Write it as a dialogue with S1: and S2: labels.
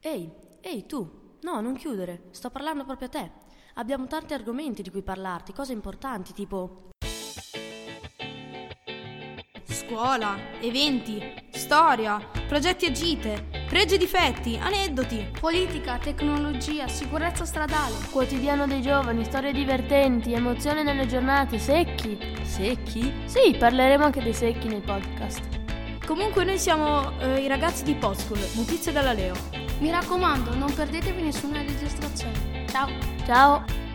S1: Ehi, ehi tu, no, non chiudere, sto parlando proprio a te. Abbiamo tanti argomenti di cui parlarti, cose importanti tipo...
S2: Scuola, eventi, storia, progetti e gite, pregi e difetti, aneddoti.
S3: Politica, tecnologia, sicurezza stradale.
S4: Quotidiano dei giovani, storie divertenti, emozione nelle giornate, secchi.
S1: Secchi?
S4: Sì, parleremo anche dei secchi nei podcast.
S2: Comunque noi siamo eh, i ragazzi di Poschool, notizie dalla Leo.
S3: Mi raccomando, non perdetevi nessuna registrazione. Ciao!
S4: Ciao!